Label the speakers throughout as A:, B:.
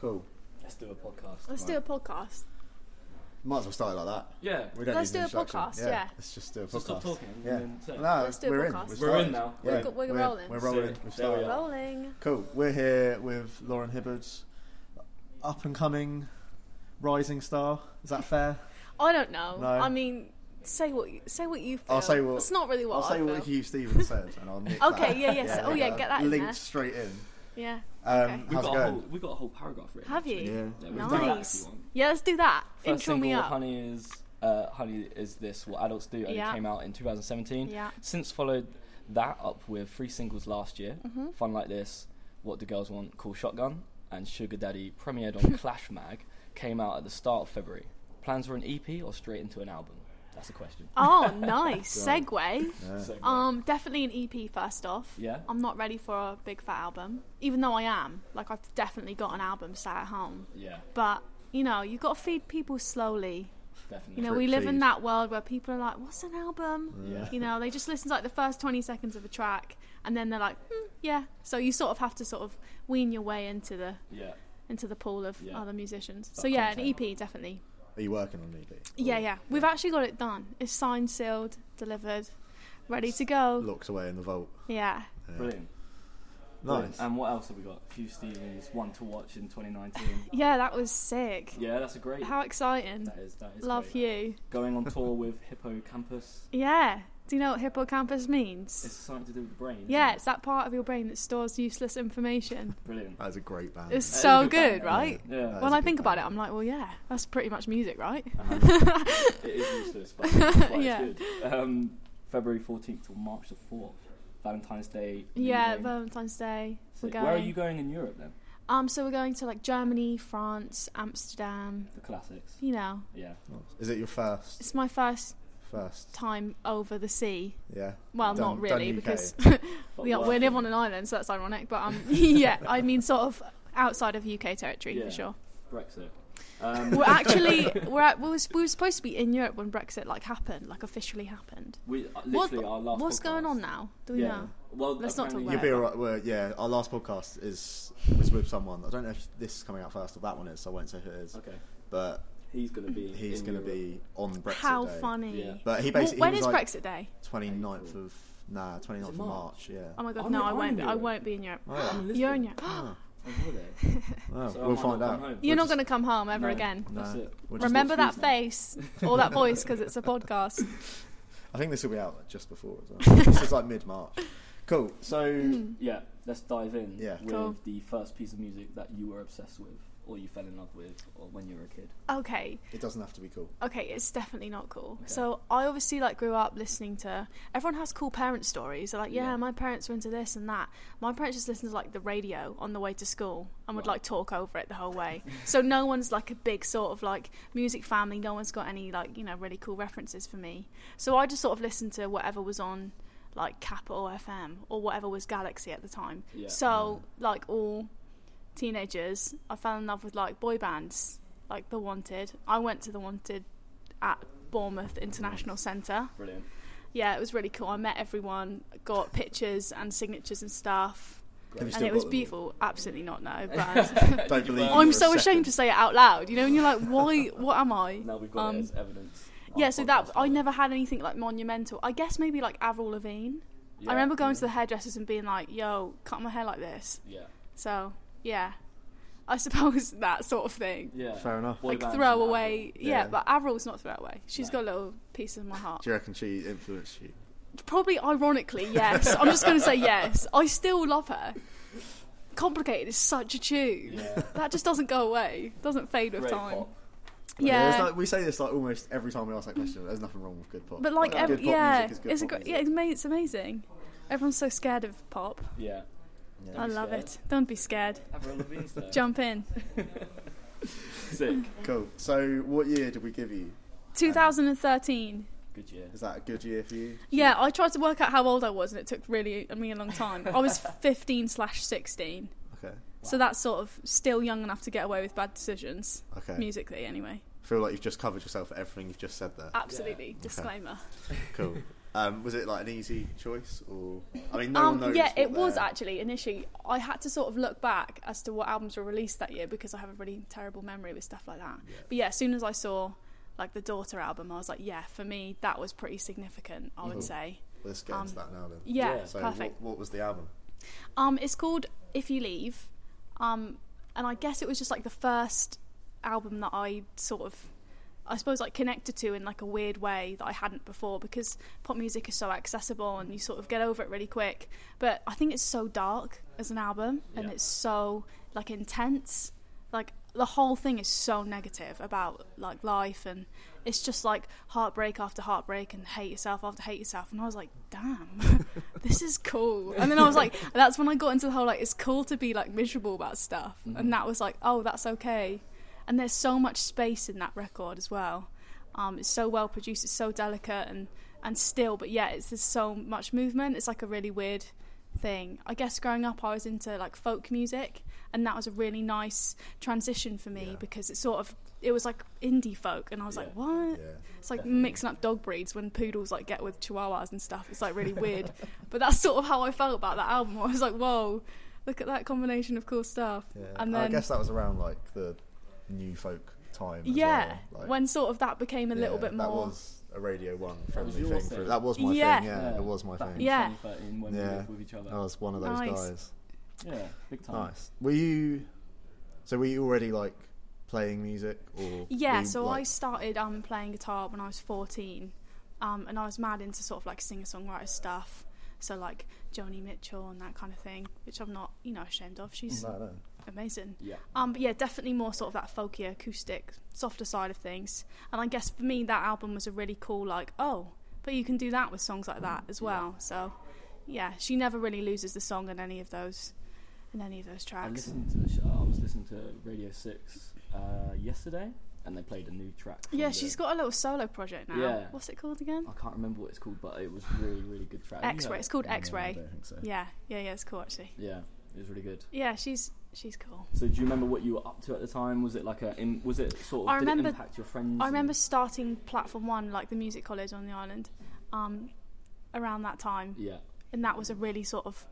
A: Cool.
B: Let's do a podcast.
C: Let's do a podcast.
A: Might as well start it like that.
B: Yeah.
A: We don't
C: Let's
A: need an
C: do a
A: introduction.
C: podcast, yeah.
A: Let's just do a podcast.
B: So stop talking and
A: Yeah.
B: then say-
A: No,
C: Let's do a
A: we're in.
C: podcast.
A: We're,
B: We're in
A: started.
B: now.
A: Yeah.
B: We're
C: go- we're
A: we're
C: rolling.
A: We're rolling.
B: Sick.
A: We've
B: There we
A: started.
B: are.
C: Rolling.
A: Cool. We're here with Lauren Hibbard, up and coming rising star. Is that fair?
C: I don't know.
A: No.
C: I mean, say what you, say what you feel.
A: I'll say what-
C: It's not really what
A: I'll say
C: I
A: what
C: feel.
A: Hugh Stevens said, and I'll nick
C: Okay,
A: that.
C: yeah, yes. Oh, yeah, get that in
A: Linked
C: there.
A: straight in.
C: yeah.
A: Um,
C: Okay.
B: We've
A: How's it
B: got, a whole,
A: going?
B: we've got a whole paragraph written.
C: Have you?
B: actually. Yeah,
A: Yeah.
B: we can do that if you
C: nice.
B: want.
C: Yeah, let's do that.
B: First
C: Intro
B: single,
C: me up.
B: Honey is uh, Honey is this what adults do, and
C: Yeah.
B: it came out in 2017.
C: Yeah.
B: Since followed that up with three singles last year:
C: Mm-hmm.
B: Fun Like This, What Do Girls Want, Cool Shotgun, and Sugar Daddy premiered on Clash Mag. Came out at the start of February. Plans for an EP or straight into an album? That's the question.
C: Oh, nice segue.
A: Yeah.
B: So-
C: Um, definitely an EP first off.
B: Yeah.
C: I'm not ready for a big fat album, even though I am. Like I've definitely got an album sat at home,
B: yeah,
C: but you know, you got to feed people slowly.
B: definitely.
C: You know,
A: Drip
C: we live in
A: feed.
C: that world where people are like, "What's an album?"
B: Yeah.
C: You know, they just listen to like the first 20 seconds of a track, and then they're like, mm, "Yeah." So you sort of have to sort of wean your way into the
B: yeah.
C: into the pool of
B: Yeah.
C: other musicians.
B: That
C: so yeah,
B: content.
C: an EP definitely.
A: Are you working on an EP?
C: Yeah, yeah. We've actually got it done. It's signed, sealed, delivered, ready to go.
A: Locked away in the vault.
C: Yeah.
A: Yeah.
B: Brilliant.
A: Nice.
C: Um,
B: And um, what else have we got? Hugh Stevens, one to watch in 2019.
C: Yeah, that was sick.
B: yeah, that's a great.
C: How exciting.
B: that is that is
C: Love
B: great.
C: you.
B: Going on tour with Hippocampus.
C: Yeah. Do you know what hippocampus means?
B: It's something to do with the brain. isn't
C: yeah,
B: it?
C: it's that part of your brain that stores useless information.
B: brilliant.
A: That is a great band.
C: It's
B: That is a
C: so
B: good
C: good,
B: band.
C: right?
B: Yeah.
A: That's
C: When
A: a
C: I
A: good
C: think about it,
A: band.
C: I'm like, well, yeah, that's pretty much music, right?
B: Um, it is useless, but that's why it's
C: Yeah.
B: good. Um, February 14th till March the 4th, Valentine's Day.
C: Yeah,
B: evening.
C: Valentine's Day.
B: So
C: We're going.
B: Where are you going in Europe then?
C: Um, so we're going to like Germany, France, Amsterdam.
B: The classics.
C: You know,
B: Yeah.
A: Nice. Is it your first?
C: it's my first
A: First.
C: time over the sea.
A: Yeah.
C: Well,
A: Done-
C: not really
A: done UK.
C: because
B: But
C: yeah, we
B: working.
C: live on an island, so that's ironic. But um, yeah, I mean, sort of outside of UK territory
B: Yeah.
C: for sure.
B: Brexit. Um,
C: We're actually we're at, we, was, we were supposed to be in Europe when Brexit like happened, like officially happened.
B: we, uh,
C: What-
B: literally our last
C: what's going on
B: podcast-
C: now? Do we
B: yeah.
C: know?
B: Well,
C: Let's not talk
B: apparently-
A: You'll
C: about
A: be
C: Right.
A: alright. Well, yeah, our last podcast is was with someone. I don't know if this is coming out first or that one is. So I won't say who it is.
B: Okay.
A: But
B: He's going to be.
A: he's
B: in
A: going to
B: Europe.
A: be on Brexit
C: How
A: Day.
C: funny!
B: Yeah.
A: But he
C: Well,
A: basically
C: when
A: he
C: is
A: was like
C: Brexit Day?
A: 29th of nah 29th
B: Is it
A: of
B: March?
A: March. Yeah.
C: Oh my god,
B: I'm
C: no,
B: in-
C: I
B: I'm
C: won't.
B: in
C: Be, I
B: Europe.
C: won't be in Europe.
A: Oh, yeah.
B: I'm in
C: You're in
B: Lisbon.
A: Oh,
C: Europe.
B: On holiday.
A: well,
B: So I
A: we'll
B: might
A: find
B: not
A: out.
B: come home.
C: You're
A: We'll
C: not
A: just-
C: going to come home ever
B: No.
C: again.
A: No.
B: That's it.
A: We'll just
C: Remember
B: watch
C: that face or that voice because it's a podcast.
A: I think this will be out like, just before as well. this is like mid March. Cool. So
B: Yeah, let's dive in
A: Yeah.
B: with
C: Hmm. Cool.
B: the first piece of music that you were obsessed with, or you fell in love with, or when you were a kid.
C: Okay,
A: it doesn't have to be cool.
C: okay, it's definitely not cool.
B: Okay.
C: So I obviously like grew up listening to everyone has cool parent stories. They're like, yeah,
B: Yeah.
C: my parents were into this and that. My parents just listened to like the radio on the way to school and would
B: Right.
C: like talk over it the whole way. so no one's like a big sort of like music family. No one's got any like you know really cool references for me. So I just sort of listened to whatever was on like Capital FM or whatever was Galaxy at the time.
B: Yeah.
C: So like all teenagers, I fell in love with like boy bands, like The Wanted. I went to The Wanted at Bournemouth International Centre.
B: Brilliant.
C: Yeah, it was really cool. I met everyone, got pictures and signatures and stuff,
A: Have you
C: and
A: still
C: it
A: got
C: was
A: them all?
C: beautiful. Absolutely not, no. But
A: Don't
B: won't.
A: believe. you
C: I'm
A: for a
C: so ashamed
A: second.
C: to say it out loud. You know, and you're like, why? What am I?
B: Now we've got
C: Um,
B: it as evidence. on
C: yeah,
B: the
C: so that
B: podcast,
C: I
B: haven't we?
C: never had anything like monumental. I guess maybe like Avril Lavigne.
B: Yeah.
C: I remember going to the hairdressers and being like, "Yo, cut my hair like this."
B: Yeah.
C: So yeah, I suppose that sort of thing.
B: Yeah.
A: Fair enough.
B: Boy
C: like
B: bands
C: throw
B: and
C: away.
B: Apple.
C: Yeah.
A: Yeah.
C: but Avril's not throw away. She's
B: No.
C: got a little piece of my heart.
A: Do you reckon she influenced you?
C: Probably ironically, yes. I'm just going to say yes. I still love her. Complicated is such a tune.
B: Yeah.
C: That just doesn't go away. Doesn't fade with
B: Great
C: time.
B: pop.
A: There's
C: Yeah.
A: like- we say this like almost every time we ask that question. There's nothing wrong with good pop.
C: but like,
B: Yeah.
C: every,
A: good pop
C: yeah,
A: music is good
C: it's a
A: pop
C: great, yeah,
A: music.
C: it's ama- it's amazing. Everyone's so scared of pop.
B: Yeah.
A: Yeah.
C: I
B: be
C: love
B: scared.
C: it. Don't be scared.
B: Avril Lavigne's there.
C: Jump in.
B: Sick.
A: Cool. So, what year did we give you?
C: 2013.
B: Good year.
A: Is that a good year for you?
C: Yeah, I tried to work out how old I was, and it took really me a long time. I was 15 slash 16.
A: Okay.
C: So that's sort of still young enough to get away with bad decisions,
A: Okay.
C: musically anyway. Uh,
A: Feel like you've just covered yourself for everything you've just said there.
C: Absolutely. Disclaimer.
A: Cool. Um, was it like an easy choice, or I mean, no
C: um,
A: one knows.
C: yeah,
A: what
C: it was
A: their-
C: actually initially. I had to sort of look back as to what albums were released that year because I have a really terrible memory with stuff like that.
A: Yeah.
C: But yeah, as soon as I saw like the Daughter album, I was like, yeah, for me that was pretty significant. I would
A: Mhm.
C: say,
A: Let's get into
C: um,
A: that now then.
C: yeah,
B: Yeah.
A: So
C: perfect.
A: What, what was the album?
C: Um, it's called If You Leave, um, and I guess it was just like the first album that I sort of, I suppose, like connected to in like a weird way that I hadn't before because pop music is so accessible and you sort of get over it really quick. But I think it's so dark as an album and
B: Yeah.
C: it's so like intense. Like the whole thing is so negative about like life and it's just like heartbreak after heartbreak and hate yourself after hate yourself and I was like damn this is cool and then I was like that's when I got into the whole like it's cool to be like miserable about stuff
A: Mm-hmm.
C: and that was like oh that's okay and there's so much space in that record as well um, it's so well produced it's so delicate and and still but yeah it's there's so much movement it's like a really weird thing I guess growing up I was into like folk music and that was a really nice transition for me
A: Yeah.
C: because it sort of it was like indie folk Uh, and I was
B: Yeah.
C: like what
A: Yeah.
C: it's like
B: Definitely.
C: mixing up dog breeds when poodles like get with chihuahuas and stuff. It's like really weird. but that's sort of how I felt about that album. I was like, whoa, look at that combination of cool stuff.
A: Yeah.
C: And
A: I
C: then
A: guess that was around like the new folk time. as
C: yeah,
A: well, like-
C: when sort of that became a little
A: Yeah,
C: bit more.
A: That was a Radio One
B: was
A: friendly
B: your
A: thing.
B: thing.
A: for- that was my
C: Yeah.
A: thing. Yeah, it was my
B: Back
A: thing.
B: in
C: Yeah.
B: 2013 when
A: Yeah. Oh,
B: we lived with each other.
A: I was one of those
C: Nice.
A: guys.
B: Yeah, big time.
A: Nice. Were you? So were you already like playing music or? were
C: Yeah,
A: you,
C: so I
A: like,
C: started um, playing guitar when I was 14, um, and I was mad into sort of like singer songwriter stuff. So like Joni Mitchell and that kind of thing, which I'm not, you know, ashamed of. She's
A: No, no.
C: amazing.
B: Yeah.
C: Um, but yeah, definitely more sort of that folky, acoustic, softer side of things. And I guess for me, that album was a really cool, like, oh, but you can do that with songs like that as well. So, yeah, she never really loses the song in any of those, in any of those
B: I
C: tracks.
B: listened to the show, I was listening to Radio Six uh, yesterday, and they played a new track. from
C: Yeah,
B: the-
C: she's got a little solo project now.
B: Yeah.
C: What's it called again?
B: I can't remember what it's called, but it was really, really good track. You
C: X Ray.
B: heard
C: It's
B: it.
C: called
A: No,
C: X Ray.
A: I don't think so.
C: Yeah, yeah, yeah. It's cool actually.
B: Yeah, it was really good.
C: Yeah, she's she's cool.
B: So, do you remember what you were up to at the time? Was it like a? im- Was it sort of?
C: I
B: did
C: remember-
B: it impact your friends?
C: I remember
B: and-
C: starting Platform One, like the music college on the island, um, around that time.
B: Yeah,
C: and that was a really sort of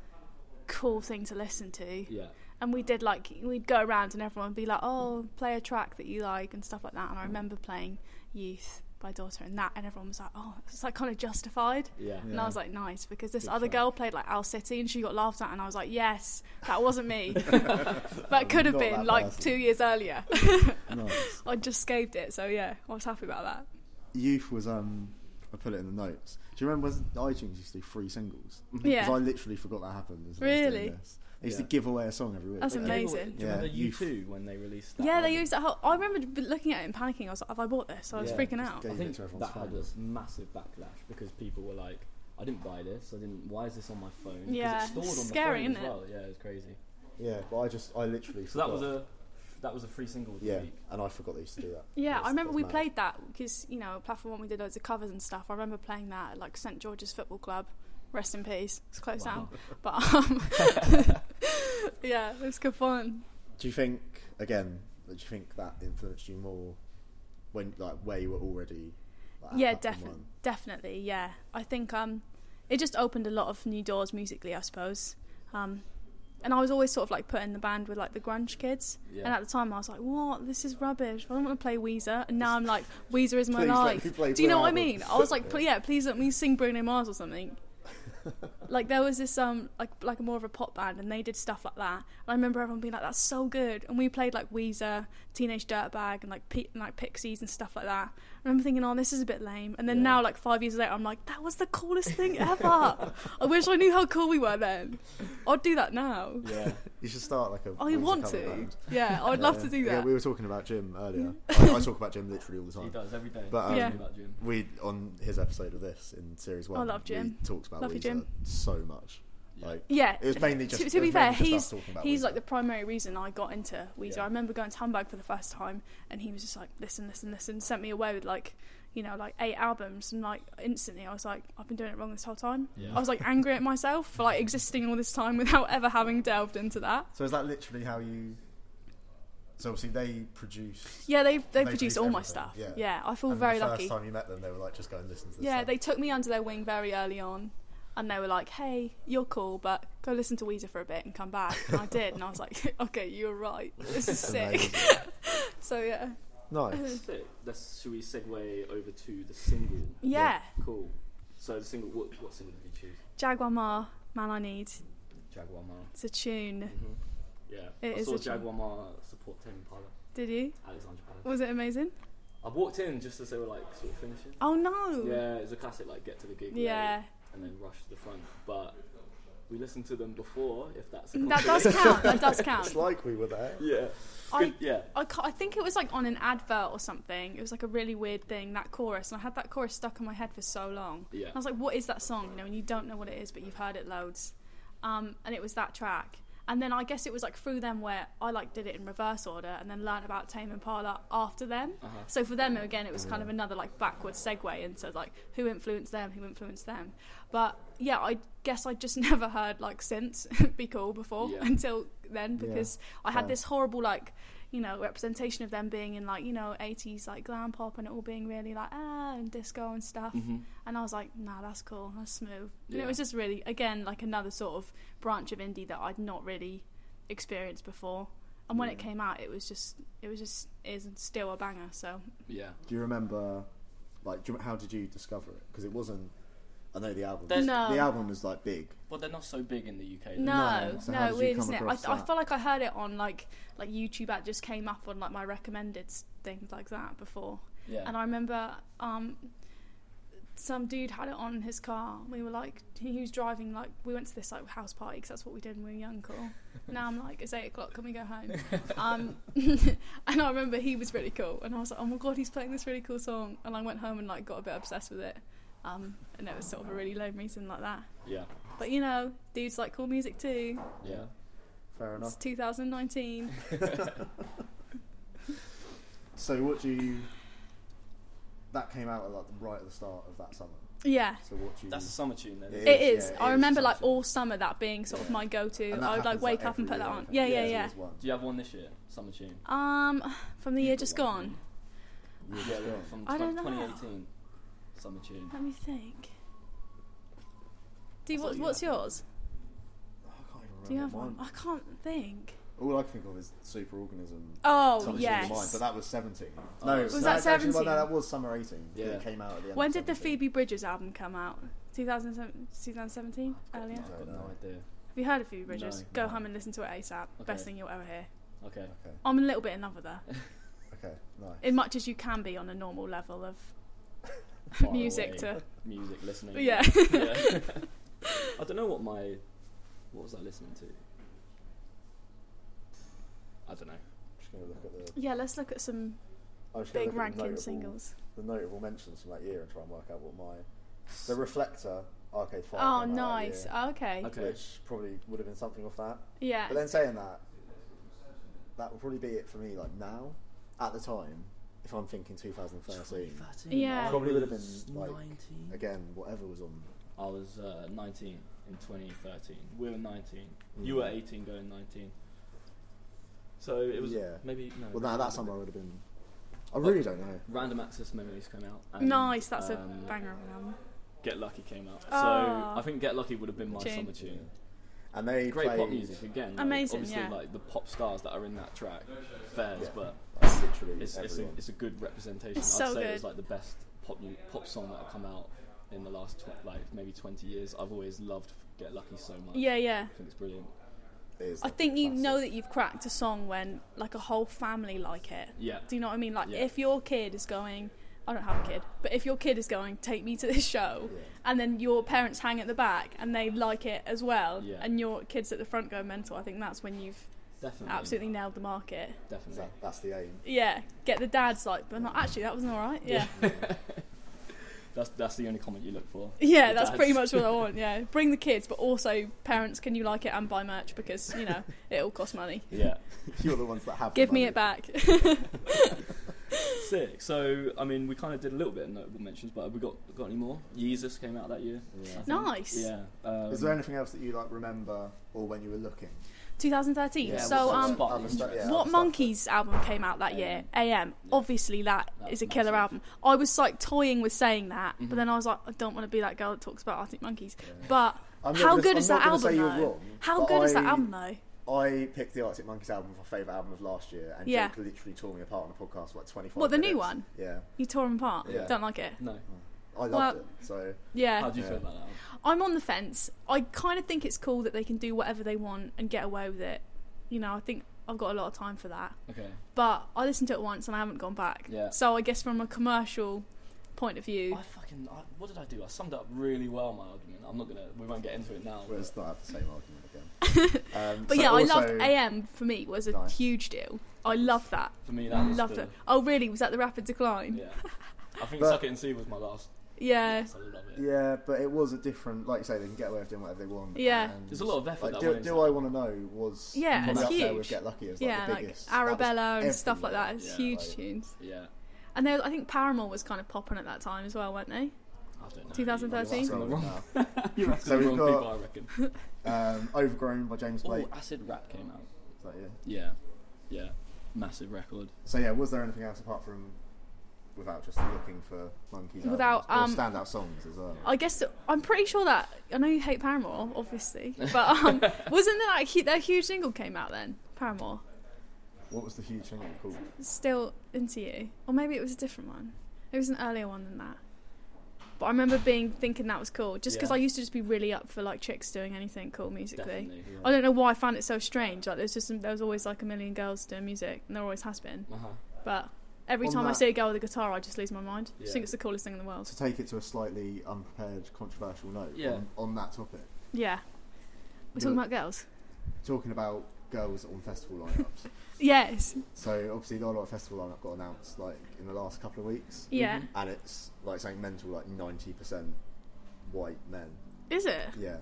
C: cool thing to listen to.
B: yeah.
C: And we did like we'd go around and everyone would be like, "Oh, play a track that you like" and stuff like that. And I remember playing "Youth" by Daughter and that, and everyone was like, "Oh, it's like kind of justified."
B: Yeah.
C: And I
A: Yeah.
C: was like, "Nice," because this
B: Good
C: other
B: track.
C: girl played like Owl City and she got laughed at, and I was like, "Yes, that wasn't me. that could have
A: Not
C: been
A: that
C: like
A: person.
C: two years earlier.
A: Nice.
C: I just escaped it, so yeah, I was happy about that."
A: Youth was um. I put it in the notes. Do you remember when iTunes used to do free singles? Because I
C: Yeah,
A: literally forgot that happened. as I was doing
C: Really?
A: this. They used
B: Yeah.
A: to give away a song every week.
C: That's
A: didn't they?
C: amazing.
B: Do you
A: Yeah,
B: remember
A: you
B: you
A: f-
B: two when they released that?
C: yeah, they
B: album?
C: used that whole. I remember b- looking at it and panicking. I was like, "Have I bought this?" I was
B: Yeah,
C: freaking
A: just
C: out.
A: go-
B: I
A: Gave it
B: think
A: to
B: that
A: everyone's
B: had
A: friends.
B: a massive backlash because people were like, "I didn't buy this. I didn't. Why is this on my phone?" 'Cause
C: Yeah,
B: it's stored on the
C: scary,
B: phone
C: isn't
B: as
C: it?
B: well. Yeah, it's crazy.
A: Yeah, but I just I literally.
B: So that was
A: forgot.
B: a that was a free single. Of the
A: Yeah,
B: week.
A: and I forgot they used to do that.
C: Yeah,
A: That's-
C: I remember
A: that's
C: we
A: mad.
C: played that because you know platform one we did loads of covers and stuff. I remember playing that at like St George's Football Club. Rest in peace. It's closed
B: Wow.
C: down, but um, yeah, it was good fun.
A: Do you think again? Do you think that influenced you more when like where you were already? Like, at
C: yeah,
A: Platform
C: definitely,
A: One?
C: definitely. Yeah, I think um, it just opened a lot of new doors musically, I suppose. Um, and I was always sort of like put in the band with like the grunge kids.
B: Yeah.
C: And at the time, I was like, "What? This is rubbish. I don't want to play Weezer." And now I'm like, "Weezer is my
A: Please let me
C: life."
A: play
C: Do you know
A: Blue
C: what I
A: Album.
C: mean? I was like, "Pl- "Yeah, please let me sing Bruno Mars or something." like there was this um like like more of a pop band, and they did stuff like that. And I remember everyone being like, "That's so good!" And we played like Weezer, Teenage Dirtbag, and like P- and, like Pixies and stuff like that. I remember thinking, "Oh, this is a bit lame." And then
B: Yeah.
C: now, like five years later, I'm like, "That was the coolest thing ever." I wish I knew how cool we were then. I'd do that now.
B: Yeah,
A: You should start like a.
C: I
A: music
C: Oh, want
A: cover
C: to.
A: band.
C: Yeah, I would love to do that.
A: Yeah, we were talking about Jim earlier. I, I talk about Jim literally all the
B: he
A: time.
B: does every day.
A: But, um,
C: Yeah.
B: About Jim.
A: We on his episode of this in series one.
C: love Jim.
A: He talks about
C: Love you,
A: Weezer
C: Jim.
A: so much. Like
C: Yeah,
A: it was mainly
C: to-
A: just.
C: to,
A: it
C: be
A: was
C: fair,
A: mainly just us
C: he's
A: talking about
C: he's
A: Weezer.
C: like the primary reason I got into Weezer.
B: Yeah.
C: I remember going to Hamburg for the first time, and he was just like, "Listen, listen, listen," sent me away with like, you know, like eight albums, and like instantly I was like, "I've been doing it wrong this whole time."
B: Yeah.
C: I was like angry at myself for like existing all this time without ever having delved into that.
A: So is that literally how you? So obviously they produced.
C: Yeah, they they,
A: They
C: produce
A: produce
C: all my
A: everything,
C: stuff. Yeah,
A: yeah.
C: I feel
A: and
C: very
A: the
C: lucky.
A: First time you met them, they were like, just go and listen to this.
C: Yeah,
A: song.
C: they took me under their wing very early on, and they were like, "Hey, you're cool, but go listen to Weezer for a bit and come back." And I did, and I was like, "Okay, you're right. This is sick."
A: Amazing.
C: So yeah,
D: Nice.
B: That's, should we segue over to the single?
C: yeah.
B: Cool. So the single, what, what single did you choose?
C: Jaguar Ma, man, I need.
B: Jaguar Ma.
C: It's a tune.
B: Mm-hmm. Yeah.
C: It
B: I
C: is
B: saw
C: a tune.
B: Jaguar Ma support Tame Impala,
C: Did you?
B: Alexandra Palace.
C: Was it amazing?
B: I walked in just as they were like sort of finishing.
C: Oh no.
B: Yeah, it was a classic like get to the gig late
C: Yeah.
B: and then rush to the front. But we listened to them before, if that's a
C: Mm, That does
B: concept.
C: count. That does count.
A: It's like we were there.
B: Yeah.
C: I-
B: Good- yeah.
C: I, ca- I think it was like on an advert or something. It was like a really weird thing, that chorus. And I had that chorus stuck in my head for so long.
B: Yeah.
C: And I was like, what is that song? You know, and you don't know what it is, but you've heard it loads. Um, and it was that track. And then I guess it was like through them where I like did it in reverse order and then learned about Tame Impala after them.
B: Uh-huh.
C: So for them again, it was kind of another like backward segue into like who influenced them, who influenced them. But yeah, I guess I just never heard like since Be Cool before
B: Yeah.
C: until then
A: Yeah.
C: because I had
A: Fair.
C: this horrible like you know representation of them being in like you know 80s like glam pop and it all being really like ah and disco and stuff
B: Mhm.
C: and I was like nah that's cool that's smooth and
B: Yeah.
C: it was just really again like another sort of branch of indie that I'd not really experienced before and when it
A: Yeah.
C: came out it was just it was just is still a banger so
B: Yeah.
A: Do you remember, like, do you, how did you discover it? Because it wasn't. I know the album.
B: There's-
C: No.
A: The album was like big.
B: But they're not so big in the UK. though.
C: no
A: No, so how
C: no
A: did you
C: weird
A: come
C: isn't it I,
A: across
C: I
A: that?
C: feel like I heard it on like like YouTube that just came up on like my recommended s- things like that before
B: Yeah.
C: And I remember um, some dude had it on his car. We were like, he was driving. Like, we went to this like house party because that's what we did when we were young. Cool. now I'm like, it's eight o'clock. Can we go home? um, and I remember he was really cool. And I was like, oh my god, he's playing this really cool song. And I went home and like got a bit obsessed with it. Um, and it was sort of a really lame reason like that.
B: yeah.
C: But you know, dudes like cool music too.
B: Yeah.
A: Fair
C: It's
A: enough.
C: 2019.
A: So what do you? That came out at, like right at the start of that summer.
C: Yeah.
A: So what do you?
B: That's a summer tune then.
A: It
C: It
A: is,
C: is.
A: yeah, it
C: I
A: is
C: remember like
A: something.
C: all summer that being sort of
B: Yeah.
C: my go-to.
A: And that
C: I would like
A: happens,
C: wake up
A: every
C: and put
A: year,
C: that
A: I
C: on.
A: think.
C: Yeah, yeah,
A: there's
C: yeah.
A: always one.
B: Do you have one this year? Summer tune.
C: Um, from the year
B: You've
C: just
B: got one.
C: gone.
A: Years
B: Yeah,
A: gone.
B: from
C: I don't
B: twen-
C: know.
B: 2018. Summer tune.
C: Let me think.
B: I
C: Do you,
B: thought
C: what,
B: you
C: what's
B: had one.
C: yours?
A: Oh, I can't even
C: Do you have
A: remember
C: one?
A: mine.
C: I can't think.
A: All I can think of is Superorganism.
C: Oh
A: Something in mine,
C: yes.
A: but that was seventeen.
B: Oh,
A: No,
B: was
A: no,
C: that
A: it's actually- well,
C: 17?
A: no, that was summer eighteen. Yeah,
B: Yeah.
A: it came out at the end.
C: When
A: of
C: did the
A: 17.
C: Phoebe Bridges album come out? 2007 2017? Earlier.
B: I've got no idea.
C: Have you heard of Phoebe Bridges?
B: No,
C: Go
A: no.
C: home and listen to it ASAP.
B: Okay.
C: Best thing you'll ever hear.
B: Okay.
A: Okay,
C: I'm a little bit in love with her,
A: okay, nice.
C: as much as you can be on a normal level of
B: Far
C: music
B: away.
C: to
B: music listening.
C: yeah.
B: Yeah. I don't know what my what was I listening to. I don't know.
A: just gonna look at the.
C: Yeah, let's look at some
A: I'm just gonna look
C: big
A: at the
C: ranking
A: notable-
C: singles.
A: The notable mentions from that year and try and work out what my. The Reflector Arcade Fire.
C: Oh,
A: came out that
C: nice.
A: year,
C: Okay.
B: Okay.
A: Which probably would have been something off that.
C: Yeah.
A: But then saying that, that would probably be it for me. Like now, at the time, if I'm thinking 2013,
C: Yeah.
A: Probably would have
B: was
A: been, like,
B: 19.
A: again, whatever was on.
B: I was uh, 19 in 2013. We were 19. You
A: Mm.
B: were 18 going 19. So it was
A: Yeah.
B: maybe no.
A: Well, now that summer I would have been. I really don't know.
B: Random Access Memories came out. and,
C: Nice, that's
B: um,
C: a banger of an album.
B: Get Lucky came out.
C: Ah.
B: So I think Get Lucky would have been my
C: Tune.
B: summer tune.
A: And they
B: Great
A: played,
B: pop music again. like,
C: Amazing,
B: Obviously,
C: yeah.
B: like the pop stars that are in that track, fairs,
A: Yeah.
B: but
A: Like, literally
B: it's, it's, a,
A: everyone.
B: it's a good representation.
C: It's
B: I'd
C: so
B: say it was
C: good.
B: like the best pop mu- pop song that had come out in the last tw- like maybe 20 years. I've always loved Get Lucky so much.
C: Yeah, yeah.
B: I think it's brilliant.
A: It is
C: I
A: like a
C: think you
A: classic.
C: know that you've cracked a song when like a whole family like it.
B: Yeah.
C: Do you know what I mean? Like
B: Yeah.
C: if your kid is going, I don't have a kid, but if your kid is going, take me to this show,
A: Yeah.
C: and then your parents hang at the back and they like it as well,
B: Yeah.
C: and your kids at the front go mental. I think that's when you've
B: Definitely.
C: absolutely nailed the market.
B: Definitely.
A: That, that's the aim.
C: Yeah. Get the dads like, but not actually. That was all right. Yeah.
B: That's that's the only comment you look for.
C: Yeah,
B: The
C: that's
B: dads.
C: pretty much what I want. Yeah, bring the kids, but also parents. Can you like it and buy merch because you know it all costs money.
B: Yeah.
A: You're the ones that have. the
C: Give me
A: money.
C: it back.
B: Sick. So I mean, we kind of did a little bit of notable mentions, but have we got got any more? Yeezus came out that year.
A: Yeah.
B: I think.
C: nice.
B: Yeah. Um,
A: Is there anything else that you like remember or when you were looking?
C: 2013.
A: Yeah,
C: so
B: what's
C: um,
B: the spot
A: Other
B: of
A: stuff,
B: interest?
A: yeah.
C: What
A: stuff.
C: Monkeys album came out that year? AM. Obviously, that
B: That
C: is a
B: was
C: killer
B: massive.
C: album. I was like toying with saying that,
B: Mhm.
C: but then I was like, I don't want to be that girl that talks about Arctic Monkeys. But
A: I'm not
C: how
A: gonna-
C: good
A: I'm
C: is
A: not
C: that
A: gonna
C: album
A: say you're
C: though?
A: wrong,
C: how
A: but
C: good is that
A: I-
C: album though?
A: I picked the Arctic Monkeys album for favourite album of last year, and
C: Yeah.
A: Jake literally tore me apart on the podcast for like 25
C: What, the new
A: minutes.
C: one?
A: Yeah.
C: You tore them apart.
A: Yeah.
C: Don't like it.
B: No.
A: I loved
C: Well-
A: it. So,
B: How
C: Yeah,
B: do you feel
A: Yeah.
B: about that? one?
C: I'm on the fence. I kind of think it's cool that they can do whatever they want and get away with it. You know, I think I've got a lot of time for that.
B: Okay.
C: But I listened to it once and I haven't gone back.
B: Yeah.
C: So I guess from a commercial point of view,
B: I fucking. I, what did I do? I summed up really well my argument. I'm not gonna. We won't get into it now.
A: well,
B: but-
A: it's not have the same argument again. Um,
C: But
A: so
C: yeah,
A: also,
C: I loved AM for me was a
A: Nice.
C: huge deal. I loved that.
B: For me, that was
C: loved
B: the,
C: it. Oh really? Was that the rapid decline?
B: Yeah. I think
A: But-
B: Suck It and See was my last.
C: Yeah.
B: Yes, I love it.
A: Yeah, but it was a different, like you say, they can get away with doing whatever they want.
C: Yeah.
A: and,
B: There's a lot of effort
A: Like,
B: that
A: do,
B: went into
A: do I want to know was
C: Yeah,
A: probably
B: it's
A: up there
C: huge.
A: with Get Lucky as like,
C: yeah,
A: the
C: like
A: biggest.
C: Arabella and stuff like
A: everywhere.
C: that. It's
B: Yeah,
C: huge
A: like-
C: tunes.
B: Yeah.
C: And there, I think Paramore was kind of popping at that time as well, weren't they?
B: I don't know.
C: 2013?
B: You're asking the wrong, you're asking the
A: So we've
B: wrong
A: got-
B: people, I reckon.
A: Um, Overgrown by James Blake.
B: Oh, Acid Rap came out.
A: Is that you?
B: Yeah. Yeah. Massive record.
A: So yeah, was there anything else apart from without just looking for monkeys?
C: Without,
A: albums, or
C: um,
A: standout songs as well.
C: I guess I'm pretty sure that I know you hate Paramore, obviously, but um, wasn't that like, hu- their huge single came out then? Paramore,
A: What was the huge thing called?
C: still into you, or maybe it was a different one. It was an earlier one than that. But I remember being thinking that was cool, just because
B: Yeah.
C: I used to just be really up for like chicks doing anything cool musically.
B: Definitely.
A: Yeah.
C: I don't know why I found it so strange. Like there's just some, there was always like a million girls doing music, and there always has been.
B: Uh huh.
C: But every
A: On
C: time I
A: that-
C: see a girl with a guitar, I just lose my mind. I
B: Yeah.
C: just think it's the coolest thing in the world.
A: To take it to a slightly unprepared, controversial note
B: Yeah.
A: on, on that topic,
C: Yeah, we're talking
A: Yeah.
C: about girls.
A: talking about girls on festival lineups.
C: Yes.
A: so obviously, the lot of festival lineup got announced like in the last couple of weeks,
C: Yeah.
B: Mhm.
A: and it's like saying mental, like ninety percent white men.
C: Is it
A: Yeah,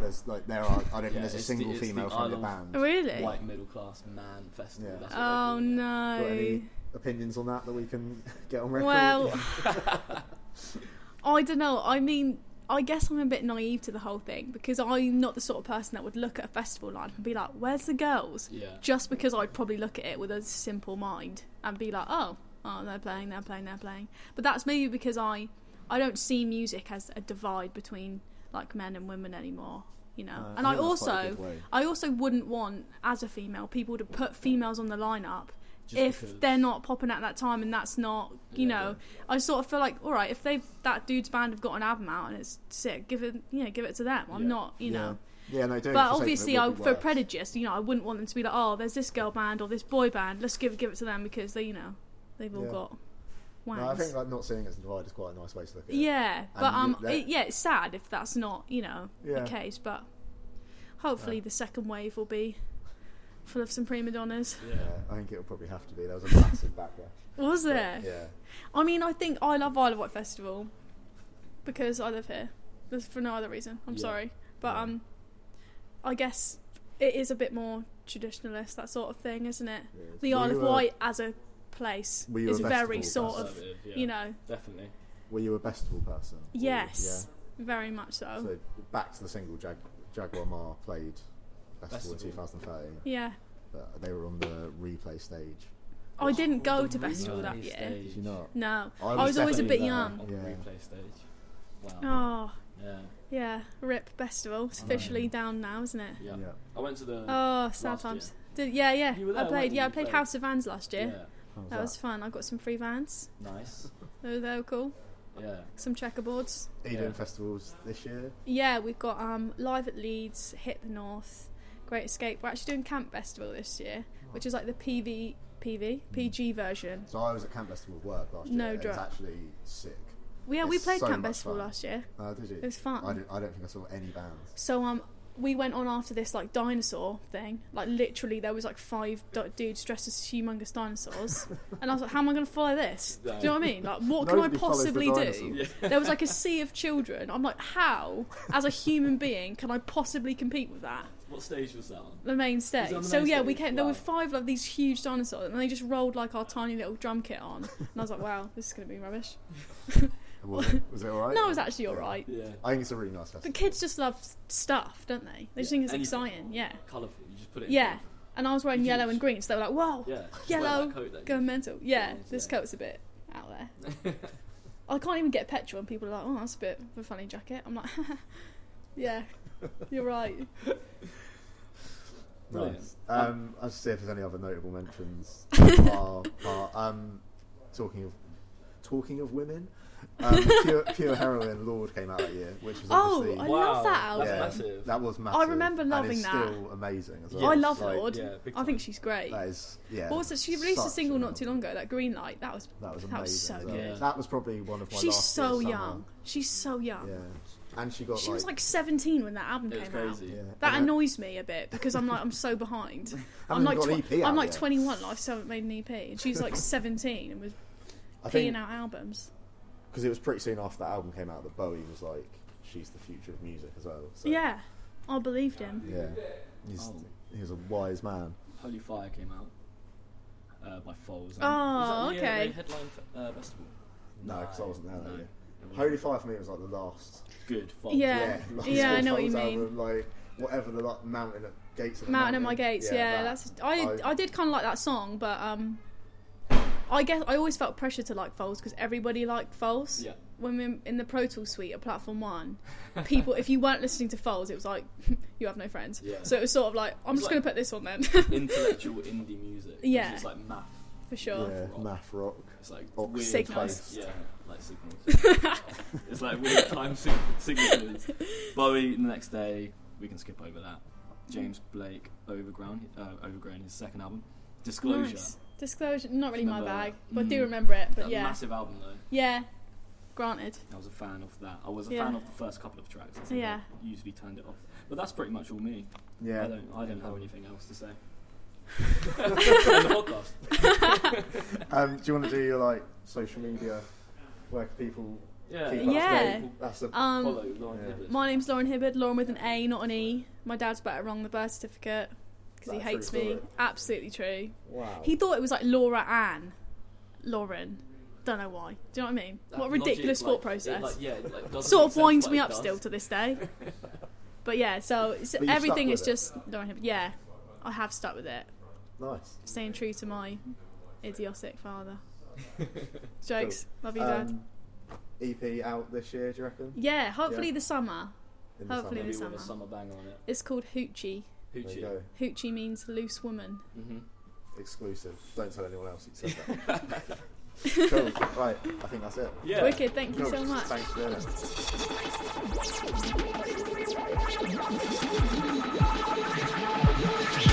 A: there's like there are. I don't think
B: Yeah,
A: there's
B: it's
A: a
B: the-
A: single
B: it's the
A: female from the
B: Isle of-
A: band.
C: really?
B: White middle class man festival.
A: Yeah.
B: That's what
C: Oh
B: they call it.
A: Got
C: no.
A: any opinions on that that we can get on record? Uh,
C: Well, I don't know. I mean, I guess I'm a bit naive to the whole thing because I'm not the sort of person that would look at a festival lineup and be like, "Where's the girls?"
B: Yeah.
C: just because I'd probably look at it with a simple mind and be like, oh, oh, they're playing, they're playing, they're playing. But that's maybe because I, I don't see music as a divide between like men and women anymore, you know.
A: Uh,
C: and I
A: yeah, that's quite a
C: also,
A: good way.
C: I also wouldn't want as a female people to put females on the lineup.
B: Just
C: if
B: because.
C: they're not popping at that time and that's not you
B: Yeah.
C: know i sort of feel like all right if they've that dude's band have got an album out and it's sick give it you know give it to them i'm
B: Yeah.
C: not you know
A: Yeah, yeah no, doing it
C: but
A: for sake
C: obviously,
A: of it
C: I,
A: would be
C: for
A: worse.
C: prejudice, you know, I wouldn't want them to be like, "Oh, there's this girl band or this boy band. Let's give give it to them because they, you know, they've all
A: Yeah.
C: got wangs."
A: No, I think like not seeing it as a divide is quite a nice way to look at it.
C: yeah, but
A: you-
C: um,
A: that-
C: it, yeah, it's sad if that's not you know
A: Yeah.
C: the case. But hopefully, the second wave will be full of some prima donnas.
B: Yeah.
A: Yeah, I think it'll probably have to be. There was a massive backlash.
C: Was
A: But,
C: there?
A: Yeah.
C: I mean, I think I love Isle of Wight Festival because I live here. That's for no other reason. I'm
B: Yeah.
C: sorry, but
A: Yeah.
C: um, I guess it is a bit more traditionalist that sort of thing, isn't it?
A: it is.
C: The
A: Were
C: Isle
A: you
C: of
A: a-
C: Wight as a place
A: Were you
C: is
A: a
C: very
A: festival
C: sort of,
B: Conservative, yeah.
C: you know,
B: Definitely.
A: Were you a festival person? Or-
C: yes, Um, very much
A: Yeah.
C: so.
A: So back to the single Jag- Jaguar Mar played
B: Festival.
A: festival in 2013.
C: yeah,
A: But they were on the replay stage.
C: I didn't go
B: the
C: to festival that
B: replay
C: year.
B: stage.
A: Did you not?
C: No,
A: I
C: I was,
A: was
C: always
B: Definitely
C: a bit
A: there.
C: young.
B: On the
A: Yeah.
B: replay stage. Wow.
C: Oh,
B: Yeah.
C: yeah, Rip Festival. It's officially down now, isn't it?
B: Yeah.
A: Yeah.
B: I went to the.
C: Oh, sad
B: Last
C: times. Did, yeah, yeah.
B: You were
C: I
B: there, weren't
C: played.
B: you?
C: Yeah, I
B: You
C: played
B: played.
C: House of Vans last year.
B: yeah.
A: How was
C: That was fun. I got some free vans.
B: Nice.
C: They were, they were cool.
B: Yeah.
C: Some checkerboards.
A: Are you doing
B: Yeah.
A: festivals this year?
C: Yeah, we've got um, live at Leeds, Hit the North, Great Escape. We're actually doing Camp Festival this year, which is like the PV,
A: Mm.
C: PV, PG version.
A: So I was at Camp Festival with work last year.
C: No
A: It was
C: drug.
A: actually sick.
C: Well, yeah, we
A: It's
C: played
A: so
C: Camp
A: much
C: Festival
A: fun.
C: last year,
A: Uh, did you?
C: It was fun.
A: I don't, I don't think I saw any bands.
C: so um, we went on after this like dinosaur thing. Like literally, there was like five d- dudes dressed as humongous dinosaurs, and I was like, "How am I going to follow this? Do you know what I mean? Like, what can I
A: Nobody follows the
C: possibly do?"
A: dinosaurs.
C: There was like a sea of children. I'm like, "How, as a human being, can I possibly compete with that?"
B: What stage was that on?
C: the main
B: on
C: stage.
B: the
C: so
B: main
C: yeah, we
B: stage?
C: came. There were
B: Wow.
C: five of these huge dinosaurs, and they just rolled like our tiny little drum kit on. And I was like, wow, this is gonna be rubbish.
A: Was it, was it alright?
C: No, it was actually all
A: Yeah.
C: right.
B: Yeah.
A: I think it's a really nice festival.
C: But kids just love s- stuff, don't they? They just think it's
B: anything.
C: exciting. Yeah,
B: Colourful. You just just put it. in
C: Yeah.
B: front
C: And I was wearing yellow and green, so they were like, whoa,
B: of- Yeah. just wear that
C: yellow,
B: coat that you-
C: going mental. Yeah,
B: Yeah,
C: this
B: yeah.
C: coat's a bit out there. I can't even get petrol, and people are like, oh, that's a bit of a funny jacket. I'm like, yeah, you're right.
B: Brilliant.
A: Um, I'll just see if there's any other notable mentions. are, are, um, talking of talking of women, um, pure, pure heroine Lord came out that year, which was
C: Oh,
A: obviously
C: I
B: Wow,
C: love that album.
B: that's massive.
A: that was massive.
C: remember
A: and
C: loving
A: it's
C: that.
A: Still amazing as well.
B: Yeah.
C: I
B: Yes,
C: love
A: Like,
C: Lord.
B: yeah, big
C: I think
B: time.
C: she's great.
A: That is yeah.
C: What was it? She released
A: such
C: a single not
A: album.
C: too long ago, that Green Light. That was
A: That was amazing.
C: that was so
A: as well.
B: good.
C: good.
B: Yeah.
A: That was probably one of my.
C: She's
A: last
C: so
A: year's summer.
C: young. She's so young.
A: Yeah, and she got.
C: She
A: like,
C: was like 17 when that album
B: It was
C: came out.
B: crazy.
A: Yeah.
C: That
A: and
C: annoys me a bit because I'm like I'm so behind. I'm
A: even
C: like
A: got an
C: tw-
A: EP
C: I'm
A: out
C: like
A: yet.
C: 21. Like, I still haven't made an EP, and she's like 17 and was
A: I
C: peeing
A: think
C: out albums.
A: because it was pretty soon after that album came out that Bowie was like, "She's the future of music" as well. So,
C: Yeah, I believed him.
A: yeah. He's,
B: Oh.
A: he was a wise man.
B: Holy Fire came out uh, by Foles. and-
C: Oh,
B: was that the year
C: okay.
B: they headlined fe- uh, festival.
A: No, 'cause I wasn't there that
B: no,
A: year.
B: it wasn't.
A: Holy Fire for me was like the last.
B: Good. Foles.
C: Yeah.
A: last
C: Yeah, I know what you
A: Foles
C: mean.
A: Album, like whatever the like, mountain at gates. Of the
C: Mountain at my gates.
A: that.
C: Yeah, that's I. I, did kind of like that song, but um, I guess I always felt pressure to like Foles because everybody liked Foles.
B: Yeah.
C: When we in the Pro Tools suite at Platform One, people if you weren't listening to Foles, it was like you have no friends.
B: Yeah.
C: So it was sort of like I'm
B: It's
C: just
B: like-
C: gonna put this on then
B: Intellectual indie music.
C: Yeah.
B: It's like math.
C: for sure.
A: yeah,
B: rock.
A: math rock.
B: It's like
A: Ox
B: weird
C: Signals.
B: Time, yeah, like signals. it's like weird time sig- signatures. Bowie the next day. We can skip over that. James Blake Overgrown. Uh, Overgrown. His second album. Disclosure.
C: Nice. Disclosure, not really my
B: Remember
C: bag,
B: that.
C: but I do
B: Mm.
C: remember it. But
B: That
C: yeah,
B: massive album though.
C: yeah, granted.
B: I was a fan of that. I was a
C: Yeah.
B: fan of the first couple of tracks. I think
C: Yeah.
B: I usually turned it off. But that's pretty much all me.
A: Yeah,
B: I don't. I don't have anything else to say. On the podcast.
A: Um, do you want to do your like social media? Where can people?
B: Yeah.
A: Keep up
C: Yeah.
A: To date? That's a
C: Um,
B: Follow Lauren
A: Yeah.
B: Hibbert.
C: my name's Lauren Hibbard. Lauren with an A, not an E. My dad's better wrong the birth certificate because he
A: That's
C: hates
A: true
C: me.
A: story.
C: Absolutely true.
A: wow.
C: He thought it was like Laura Ann, Lauren. Don't know why. Do you know what I mean?
B: That
C: what a
B: logic,
C: ridiculous
B: like,
C: thought
B: it,
C: process.
B: like, yeah, it, like, doesn't
C: sort
B: make
C: of
B: sense,
C: winds
B: but
C: me
B: it
C: up
B: does.
C: still to this day. but yeah, so it's,
A: But you've stuck
C: everything is
A: with it.
C: just Lauren Hibbard. Yeah, I have stuck with it.
A: nice.
C: Staying true to my idiotic father. Jokes. Love you, Dad.
A: Um, EP out this year? Do you reckon?
C: yeah, hopefully
A: yeah.
C: the summer.
A: In the
C: Hopefully
B: Maybe
C: this
B: with a summer
C: summer.
B: banger on it.
C: It's called Hoochie.
A: There you
B: Hoochie.
A: go.
C: Hoochie means loose woman.
B: Mm-hmm.
A: Exclusive. Don't tell anyone else you said that.
B: Mm-hmm.
A: cool. Right. I think that's it.
B: Yeah.
C: Wicked, thank you
A: Cool.
C: so much.
A: Thanks for doing it.
E: Thank